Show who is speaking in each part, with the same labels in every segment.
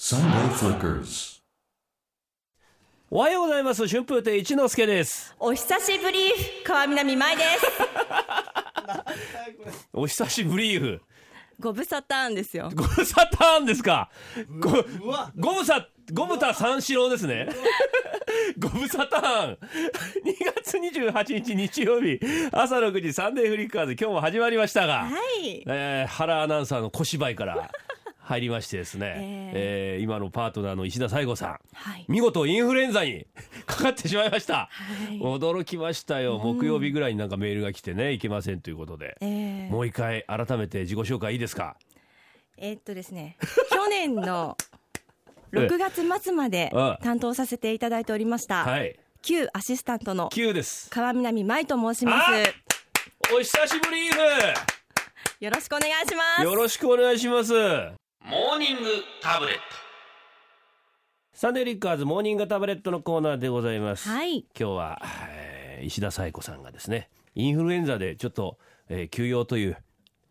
Speaker 1: Sunday Flickers.
Speaker 2: おはようございます春風亭一之輔です
Speaker 3: お久しぶり川南舞です
Speaker 2: お久しぶりーふ
Speaker 3: ご無沙汰んですよ
Speaker 2: ご無沙汰ですかごご無沙ご無沙三四郎ですねご無沙汰2月28日日曜日朝6時サンデーフリッカーズ今日も始まりましたが、
Speaker 3: はい
Speaker 2: えー原アナウンサーの小芝居から入りましてですね、えー今のパートナーの石田西郷さん、
Speaker 3: はい
Speaker 2: 見事インフルエンザに かかってしまいました、驚きましたよ木曜日ぐらいになんかメールが来てねいけませんということで、
Speaker 3: えー
Speaker 2: もう一回改めて自己紹介いいですか
Speaker 3: えーっとですね去年 の6月末まで
Speaker 2: うん
Speaker 3: 担当させていただいておりました、
Speaker 2: はい
Speaker 3: 旧アシスタントの
Speaker 2: Q です
Speaker 3: 川南舞と申しま
Speaker 2: あ
Speaker 3: す
Speaker 2: お久しぶりーふ
Speaker 3: よろしくお願いします
Speaker 2: よろしくお願いします
Speaker 4: モーニングタブレット
Speaker 2: サンデーリッカーズモーニングタブレットのコーナーでございます、
Speaker 3: はい
Speaker 2: 今日は、えー石田紗友子さんがですねインフルエンザでちょっと、えー休養という、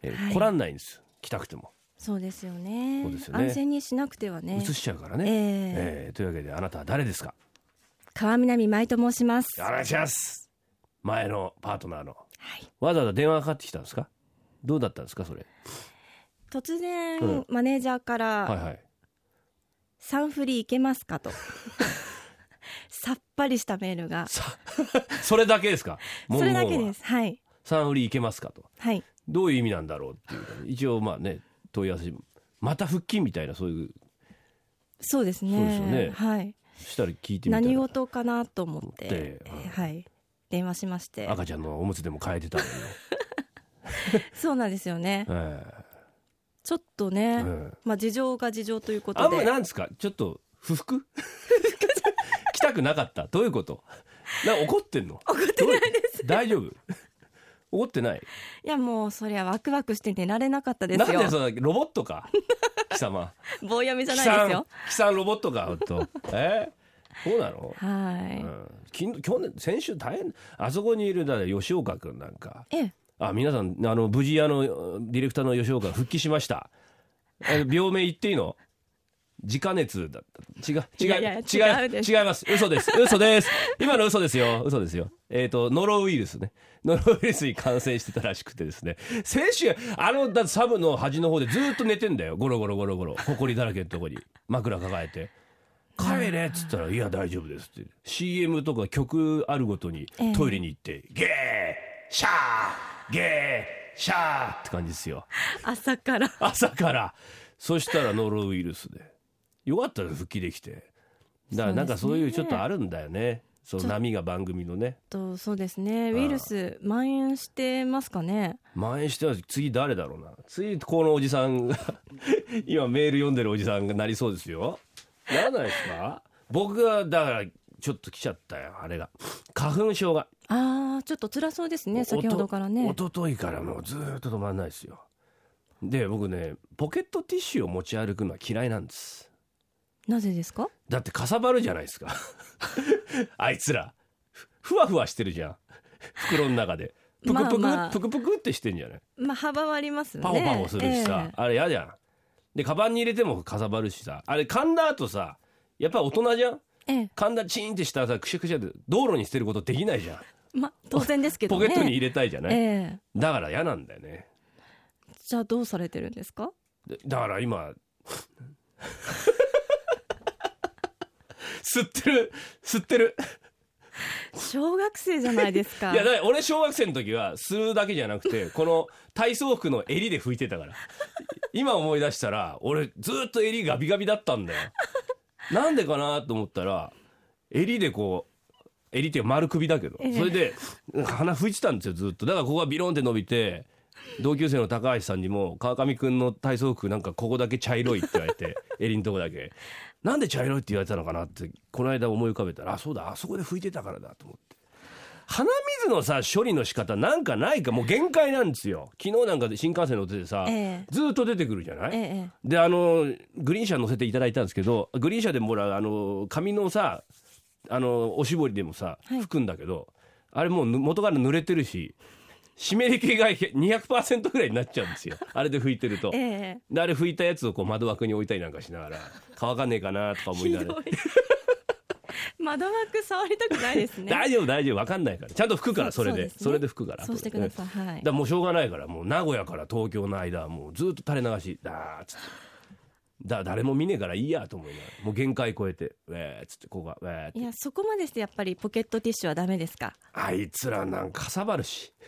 Speaker 2: えー
Speaker 3: はい
Speaker 2: 来らんないんです来たくても
Speaker 3: そうですよね
Speaker 2: そうですよね
Speaker 3: 安全にしなくてはね
Speaker 2: 移しちゃうからね、
Speaker 3: え
Speaker 2: えーというわけであなたは誰ですか
Speaker 3: 川南舞と申します
Speaker 2: お願いします前のパートナーの
Speaker 3: はい
Speaker 2: わざわざ電話がかかってきたんですかどうだったんですかそれ
Speaker 3: 突然、
Speaker 2: うん
Speaker 3: マネージャーから、
Speaker 2: はいはい
Speaker 3: サンフリ行けます かとさっぱりしたメールが
Speaker 2: さそれだけですか
Speaker 3: それだけですすはい
Speaker 2: サンフリーいけますかと
Speaker 3: はい
Speaker 2: どういう意味なんだろうっていうか一応まあね問い合わせまた復帰みたいなそういう
Speaker 3: そうですね
Speaker 2: そうですよね
Speaker 3: はい
Speaker 2: したり聞いてみたら
Speaker 3: 何事かなと思って
Speaker 2: で
Speaker 3: えーはい電話しまして
Speaker 2: 赤ちゃんのおむつでも変えてたのに、
Speaker 3: そうなんですよね
Speaker 2: え
Speaker 3: ちょっと
Speaker 2: え
Speaker 3: ね、
Speaker 2: ええ
Speaker 3: まあ事情が事情ということで
Speaker 2: あんまなんですかちょっと不服 来たくなかったどういうことな怒ってんの怒ってないです大丈夫怒ってない
Speaker 3: いやもうそりゃワクワクして寝られなかったで
Speaker 2: なん
Speaker 3: すよ
Speaker 2: でそのロボットか貴様
Speaker 3: 棒読みじゃ
Speaker 2: 貴
Speaker 3: ない
Speaker 2: さ
Speaker 3: です
Speaker 2: ん
Speaker 3: よ
Speaker 2: 貴さんロボットかほんとえそうなの、
Speaker 3: はい、
Speaker 2: うん、きん去年先週大変あそこにいるだから吉岡君なんか
Speaker 3: ええ
Speaker 2: あ皆さんあの無事あのディレクターの吉岡復帰しましたあの病名言っていいの自家熱だった違う違う
Speaker 3: いやいや
Speaker 2: 違
Speaker 3: 違う
Speaker 2: う
Speaker 3: です
Speaker 2: 違います嘘です嘘です今の嘘ですよ嘘ですよえっ、とノロウイルスねノロウイルスに感染してたらしくてですね先週あのだサブの端の方でずっと寝てんだよゴロゴロゴロゴロ埃だらけのとこに枕抱えて「帰れ」っつったら「いや大丈夫です」って CM とか曲あるごとに
Speaker 3: ええ
Speaker 2: トイレに行って「ゲーシャーゲーシャー」って感じですよ
Speaker 3: 朝から
Speaker 2: 朝からそしたらノロウイルスでよかったです復帰できてだからなんかそういうちょっとあるんだよねその波が番組のね
Speaker 3: とそうですねウイルス蔓延してますかね
Speaker 2: 蔓延しては次誰だろうな次このおじさんが 今メール読んでるおじさんがなりそうですよならないですか僕がだからちょっと来ちゃったよあれが花粉症が
Speaker 3: ああちょっと辛そうですね
Speaker 2: おと
Speaker 3: 先ほどからね
Speaker 2: 一昨日からもうずーっと止まんないですよで僕ねポケットティッシュを持ち歩くのは嫌いなんです
Speaker 3: なぜですか
Speaker 2: だってかさばるじゃないですか あいつらふふわふわしてるじゃん袋の中でぷくぷく、
Speaker 3: まあまあ
Speaker 2: ぷくぷくってしてんじゃない
Speaker 3: まあ幅はありますね
Speaker 2: パコパコするしさ、
Speaker 3: ええ
Speaker 2: あれやじゃんでカバンに入れてもかさばるしさあれ噛んだ後さやっぱ大人じゃん
Speaker 3: ええ
Speaker 2: 噛んだチーンってしたらさくしゃくしゃで道路に捨てることできないじゃん、
Speaker 3: まあ当然ですけど
Speaker 2: ポ
Speaker 3: ね
Speaker 2: ケットに入れたいじゃない、
Speaker 3: ええ
Speaker 2: だから嫌なんだよね
Speaker 3: じゃあどうされてるんですか
Speaker 2: でだから今 吸ってる吸ってる
Speaker 3: 小学生じゃないですか
Speaker 2: いやだから俺小学生の時は吸うだけじゃなくてこの体操服の襟で拭いてたから今思い出したら俺ずっと襟ガビガビだったんだよなんでかなと思ったら襟でこう襟っていうか丸首だけど
Speaker 3: ええ
Speaker 2: それで鼻拭いてたんですよずっとだからここがビロンって伸びて同級生の高橋さんにも「川上くんの体操服なんかここだけ茶色い」って言われ て襟のとこだけなんで茶色いって言われたのかなってこの間思い浮かべたらあそうだあそこで拭いてたからだと思って。鼻水のさ処理の仕方なんかないかもう限界なんですよ昨日なんかで新幹線乗っててさ、
Speaker 3: ええ
Speaker 2: ずーっと出てくるじゃない、
Speaker 3: ええ
Speaker 2: であのグリーン車乗せていただいたんですけどグリーン車でもほらあの紙のさあのおしぼりでもさ
Speaker 3: はい
Speaker 2: 拭くんだけど、あれもうぬ元から濡れてるし湿り気が200%ぐらいになっちゃうんですよあれで拭いてると
Speaker 3: ええ
Speaker 2: であれ拭いたやつをこう窓枠に置いたりなんかしながら乾かねえかなとか思い
Speaker 3: ひ
Speaker 2: な
Speaker 3: ど
Speaker 2: がら
Speaker 3: い 窓枠触りたくないですね
Speaker 2: 大丈夫大丈夫わかんないからちゃんと拭くからそ
Speaker 3: そう
Speaker 2: れで
Speaker 3: そ
Speaker 2: そ
Speaker 3: うですね
Speaker 2: れで拭くから
Speaker 3: そうしてください、は
Speaker 2: うんだ
Speaker 3: い
Speaker 2: からもうしょうがないからもう名古屋から東京の間はもうずっと垂れ流しだーっつってだ誰も見ねえからいいやと思いながらもう限界超えてウェーっつってここがウェーっ
Speaker 3: い
Speaker 2: て
Speaker 3: やそこまでしてやっぱりポケットティッシュはダメですか
Speaker 2: あいつらなんかかさばるし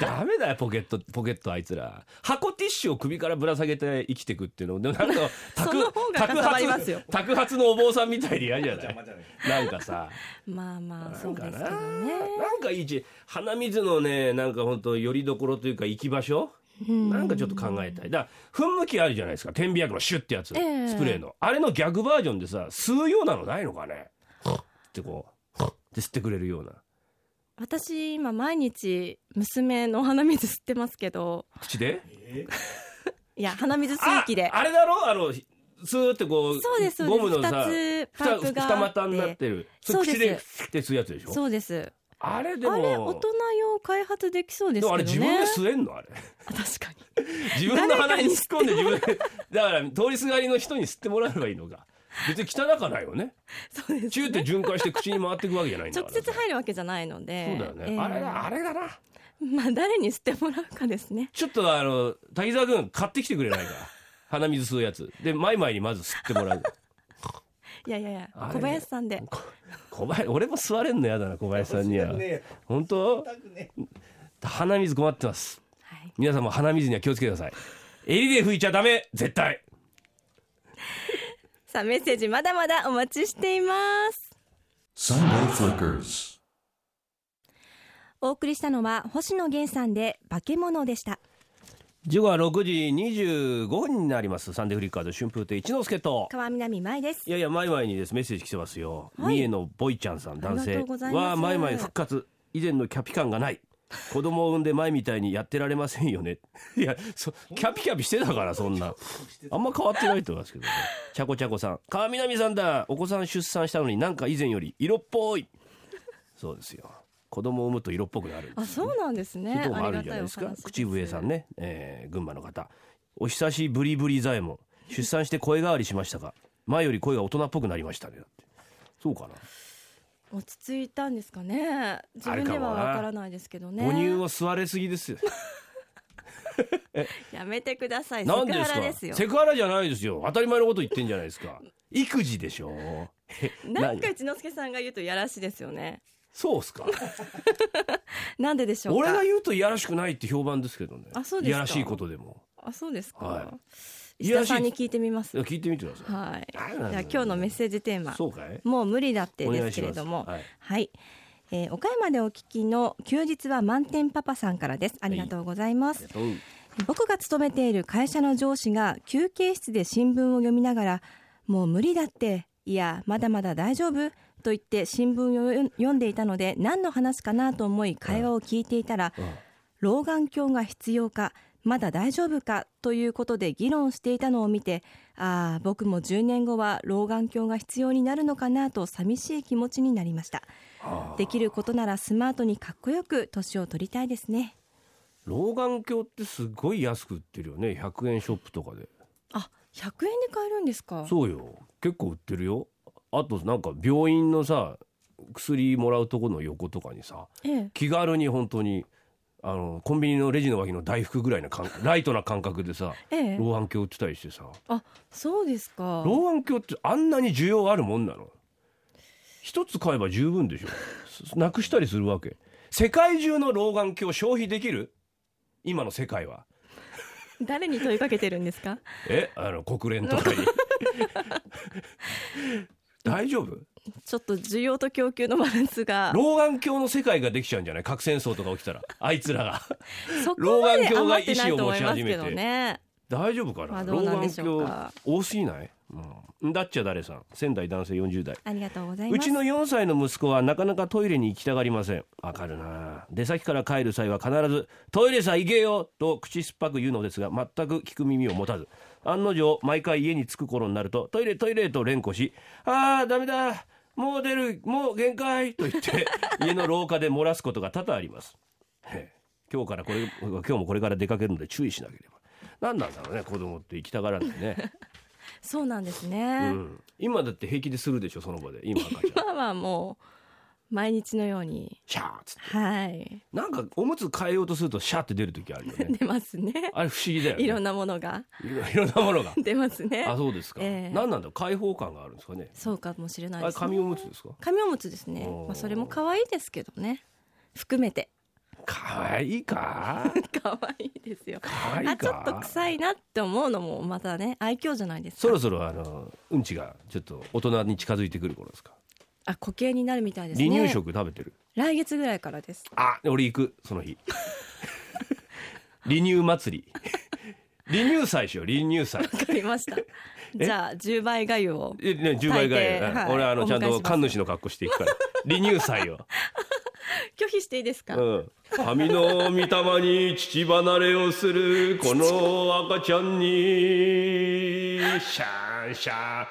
Speaker 2: ダメだよポケットポケットあいつら箱ティッシュを首からぶら下げて生きてくっていうのでもなん か
Speaker 3: その方がかさばりますよ
Speaker 2: 宅発宅発のお坊さんみたいで嫌じゃない なんかさ
Speaker 3: まあまあ
Speaker 2: な
Speaker 3: そ
Speaker 2: ん
Speaker 3: うで
Speaker 2: か
Speaker 3: すけ
Speaker 2: な
Speaker 3: どね
Speaker 2: なんかいいち鼻水のねなんか本当よりどころというか行き場所なんかちょっと考えたいだから噴霧器あるじゃないですか天秤薬のシュッってやつ、
Speaker 3: ええ
Speaker 2: スプレーのあれの逆バージョンでさ吸うようなのないのかねってこうって吸ってくれるような
Speaker 3: 私今毎日娘のお鼻水吸ってますけど
Speaker 2: 口で
Speaker 3: いや鼻水吸う気で
Speaker 2: ああれだろあのスーってこう
Speaker 3: そうですそうで
Speaker 2: ゴ
Speaker 3: す
Speaker 2: ムのさ
Speaker 3: 二
Speaker 2: ふ
Speaker 3: つパ
Speaker 2: た
Speaker 3: イプが
Speaker 2: 二股になってるそれ
Speaker 3: そうです
Speaker 2: 口でふって吸うやつでしょ
Speaker 3: そうです
Speaker 2: あれでも
Speaker 3: あれ大人用開発できそうで
Speaker 2: ですもあ
Speaker 3: け
Speaker 2: れ
Speaker 3: ど
Speaker 2: 自
Speaker 3: ね
Speaker 2: 分で吸えんのあれ
Speaker 3: あ確かに
Speaker 2: 自分の鼻に突っ込んで自分でだから通りすがりの人に吸ってもらえばいいのか別に汚かないよね
Speaker 3: そうです
Speaker 2: チューって循環して口に回っていくわけじゃないんだ
Speaker 3: 直
Speaker 2: から
Speaker 3: 接入るわけじゃないの
Speaker 2: そ
Speaker 3: で
Speaker 2: うだよね、
Speaker 3: ええ
Speaker 2: あれだあれだな
Speaker 3: まあ誰に吸ってもらうかですね
Speaker 2: ちょっとあの滝沢君買ってきてくれないか 鼻水吸うやつでマイマイにまず吸ってもらう
Speaker 3: いやいやいや
Speaker 2: あれ
Speaker 3: 小林さんで
Speaker 2: こ小林俺も吸われんのやだな小林さんには本当鼻水困ってます
Speaker 3: はい
Speaker 2: 皆さんも鼻水には気をつけてください襟で拭いちゃダメ絶対
Speaker 3: さあメッセージまだまだお待ちしています
Speaker 1: Sunday Flickers.
Speaker 3: お送りしたのは星野源さんで化け物でした
Speaker 2: 時刻は6時25分になりますサンデーフリッカーズ春風亭一之輔と
Speaker 3: 川南舞です
Speaker 2: いやいや前々にですメッセージ来てますよ、
Speaker 3: はい
Speaker 2: 三重のボイちゃんさん男
Speaker 3: ありが
Speaker 2: 性
Speaker 3: とうございます
Speaker 2: は前々復活以前のキャピ感がない子供を産んで前みたいにやってられませんよね いやそキャピキャピしてたからそんなあんま変わってないと思いますけどねちゃこちゃこさん川南さんだお子さん出産したのになんか以前より色っぽいそうですよ子供を産むと色っぽくなるんです
Speaker 3: あそうなんです
Speaker 2: そういう
Speaker 3: ね
Speaker 2: とこも
Speaker 3: あ
Speaker 2: ある
Speaker 3: りが
Speaker 2: んじゃ
Speaker 3: た
Speaker 2: ないいで
Speaker 3: お話
Speaker 2: すか
Speaker 3: です
Speaker 2: 口笛さんね、えー群馬の方お久しぶりぶり左衛門出産して声変わりしましたが前より声が大人っぽくなりましたねだってそうか
Speaker 3: 落ち着いたんですかね自
Speaker 2: あれ
Speaker 3: 分
Speaker 2: かも
Speaker 3: で
Speaker 2: な
Speaker 3: はわからないですけど
Speaker 2: な、
Speaker 3: ね
Speaker 2: 母乳を吸われすぎですよ
Speaker 3: やめてくださいセ
Speaker 2: 何
Speaker 3: ク
Speaker 2: で
Speaker 3: ハ
Speaker 2: す
Speaker 3: ラ
Speaker 2: か
Speaker 3: ですよ
Speaker 2: セクハラじゃないですよ当たり前のこと言ってんじゃないですか育児でしょえ
Speaker 3: なんか
Speaker 2: 何
Speaker 3: 一之輔さんが言うとやらしいですよね
Speaker 2: そうっすか
Speaker 3: なんででしょうか
Speaker 2: 俺が言うといやらしくないって評判ですけどね
Speaker 3: あそうで
Speaker 2: い
Speaker 3: すか
Speaker 2: やらしいことでも
Speaker 3: あそうですか、
Speaker 2: は
Speaker 3: 石田さんに聞いてみます
Speaker 2: いや聞いてみてください、
Speaker 3: はいじ
Speaker 2: あら
Speaker 3: ゃあ今日のメッセージテーマ
Speaker 2: そうかい
Speaker 3: もう無理だって
Speaker 2: お願
Speaker 3: で
Speaker 2: いし
Speaker 3: すけれ
Speaker 2: ます
Speaker 3: ども
Speaker 2: はい
Speaker 3: はい、えー岡山でお聞きの休日は満点パパさんからですありがとうございます、
Speaker 2: どう
Speaker 3: 僕が勤めている会社の上司が休憩室で新聞を読みながら「もう無理だって」いや「まだまだ大丈夫」と言って新聞を読んでいたので何の話かなと思い会話を聞いていたら
Speaker 2: うん
Speaker 3: 「老眼鏡が必要か」まだ大丈夫かということで議論していたのを見てああ僕も10年後は老眼鏡が必要になるのかなと寂しい気持ちになりましたできることならスマートにかっこよく年を取りたいですね
Speaker 2: 老眼鏡ってすごい安く売ってるよね100円ショップとかで
Speaker 3: あ100円で買えるんですか
Speaker 2: そうよ結構売ってるよあとなんか病院のさ薬もらうとこの横とかにさ
Speaker 3: ええ
Speaker 2: 気軽に本当にあのコンビニのレジの脇の大福ぐらいな感 ライトな感覚でさ
Speaker 3: ええ
Speaker 2: 老眼鏡売ってたりしてさ
Speaker 3: あそうですか
Speaker 2: 老眼鏡ってあんなに需要あるもんなの一つ買えば十分でしょすなくしたりするわけ世界中の老眼鏡消費できる今の世界は
Speaker 3: 誰に問いかけてるんですか
Speaker 2: えあの国連と かに大丈夫
Speaker 3: ちょっと需要と供給のバランスが
Speaker 2: 老眼鏡の世界ができちゃうんじゃない核戦争とか起きたらあいつらが
Speaker 3: そこまで
Speaker 2: 老眼鏡が
Speaker 3: 余って
Speaker 2: 意
Speaker 3: ない
Speaker 2: 思
Speaker 3: と
Speaker 2: を
Speaker 3: 思
Speaker 2: 持
Speaker 3: い
Speaker 2: ち
Speaker 3: ま
Speaker 2: 始
Speaker 3: す
Speaker 2: めて
Speaker 3: けどね
Speaker 2: 大丈夫かな,、
Speaker 3: まあど
Speaker 2: 老
Speaker 3: うなんで
Speaker 2: 眼
Speaker 3: しょうか
Speaker 2: 鏡多すぎない、うん、だっちゃ誰さん仙台男性40代
Speaker 3: ありがとうございうます
Speaker 2: ちの4歳の息子はなかなかトイレに行きたがりませんわかるな出先から帰る際は必ず「トイレさ行けよ!」と口酸っぱく言うのですが全く聞く耳を持たず案の定毎回家に着く頃になると「トイレトイレ!」と連呼し「あーダメだもう出るもう限界と言って 家の廊下で漏らすことが多々ありますへえ今日からこれ今日もこれから出かけるので注意しなければ何なんだろうね子供って行きたがらないね、
Speaker 3: そうなんです
Speaker 2: う
Speaker 3: ね。
Speaker 2: ん、今だって平気でするでしょその場で今赤ちゃん
Speaker 3: 今はもう毎日のように、
Speaker 2: シャーっつって
Speaker 3: はい、
Speaker 2: なんかおむつ変えようとするとシャーって出る時あるよね
Speaker 3: 出ます ね。
Speaker 2: あれ不思議だよね
Speaker 3: いろんなものが
Speaker 2: いろいろんなものが
Speaker 3: 出ます ね
Speaker 2: あ。そうですか、
Speaker 3: ええ
Speaker 2: 何なんだろう開放感があるんですかね
Speaker 3: そうかもしれない
Speaker 2: あ
Speaker 3: で
Speaker 2: れ
Speaker 3: す、ね。
Speaker 2: 紙おむつですか
Speaker 3: 紙おむつですね
Speaker 2: お。ー
Speaker 3: まあそれも可愛いですけどね。含めて
Speaker 2: 可愛いか
Speaker 3: 可愛いですよ。
Speaker 2: 可愛い
Speaker 3: あちょ
Speaker 2: か
Speaker 3: っと臭いなって思うのもまたね愛嬌じゃないですか。
Speaker 2: そろそろあのうんちがちょっと大人に近づいてくる頃ですか
Speaker 3: あ固形になるみたいですね。
Speaker 2: 離乳食食べてる
Speaker 3: 来月ぐらいからです。
Speaker 2: あ俺行くその日離乳祭り離乳祭しよう離乳祭
Speaker 3: わかり ました。じゃあ10倍がゆを。
Speaker 2: えね10倍ぐらい、
Speaker 3: 大抵はい
Speaker 2: 俺あの
Speaker 3: お
Speaker 2: ち
Speaker 3: 迎
Speaker 2: ゃ
Speaker 3: え
Speaker 2: ん
Speaker 3: します
Speaker 2: と神主の格好していくから離乳祭を
Speaker 3: 拒否していいですか、
Speaker 2: うん神の御霊に乳離れをするこの赤ちゃんにシャンシャン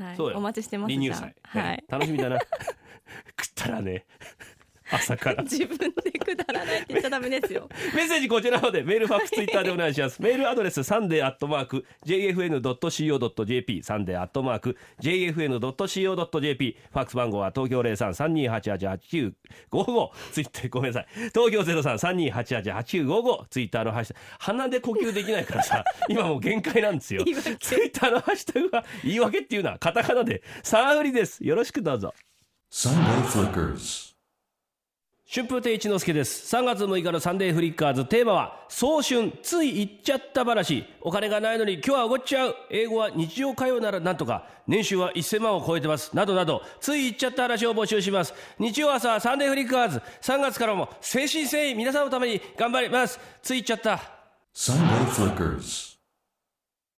Speaker 3: はい、
Speaker 2: そうよ
Speaker 3: お待ちしてます
Speaker 2: 離乳
Speaker 3: じゃ
Speaker 2: 祭、
Speaker 3: あは
Speaker 2: ね
Speaker 3: い、
Speaker 2: 楽しみだ な食ったらね朝から
Speaker 3: 自分でくだらないって言っちゃダメですよ
Speaker 2: メッセージこちらまでメールファックスツイッターでお願いしますメールアドレスサンデーアットマーク JFN.CO.JP サンデーアットマーク JFN.CO.JP ファックス番号は東京0332888955ツイッターごめんなさい東京0332888955ツイッターのハッシュタグ鼻で呼吸できないからさ今もう限界なんですよ
Speaker 3: 言い訳
Speaker 2: ツイッターのハッシュタグは言い訳っていうのはカタカナでサウリですよろしくどうぞ
Speaker 1: Sunday Flickers.
Speaker 2: 春風亭一之輔です3月6日のサンデーフリッカーズテーマは早春つい言っちゃった話お金がないのに今日はおごっちゃう英語は日常会話ならなんとか年収は1000万を超えてますなどなどつい言っちゃった話を募集します日曜朝サンデーフリッカーズ3月からも誠心誠意皆さんのために頑張りますつい言っちゃった
Speaker 1: Sunday Flickers.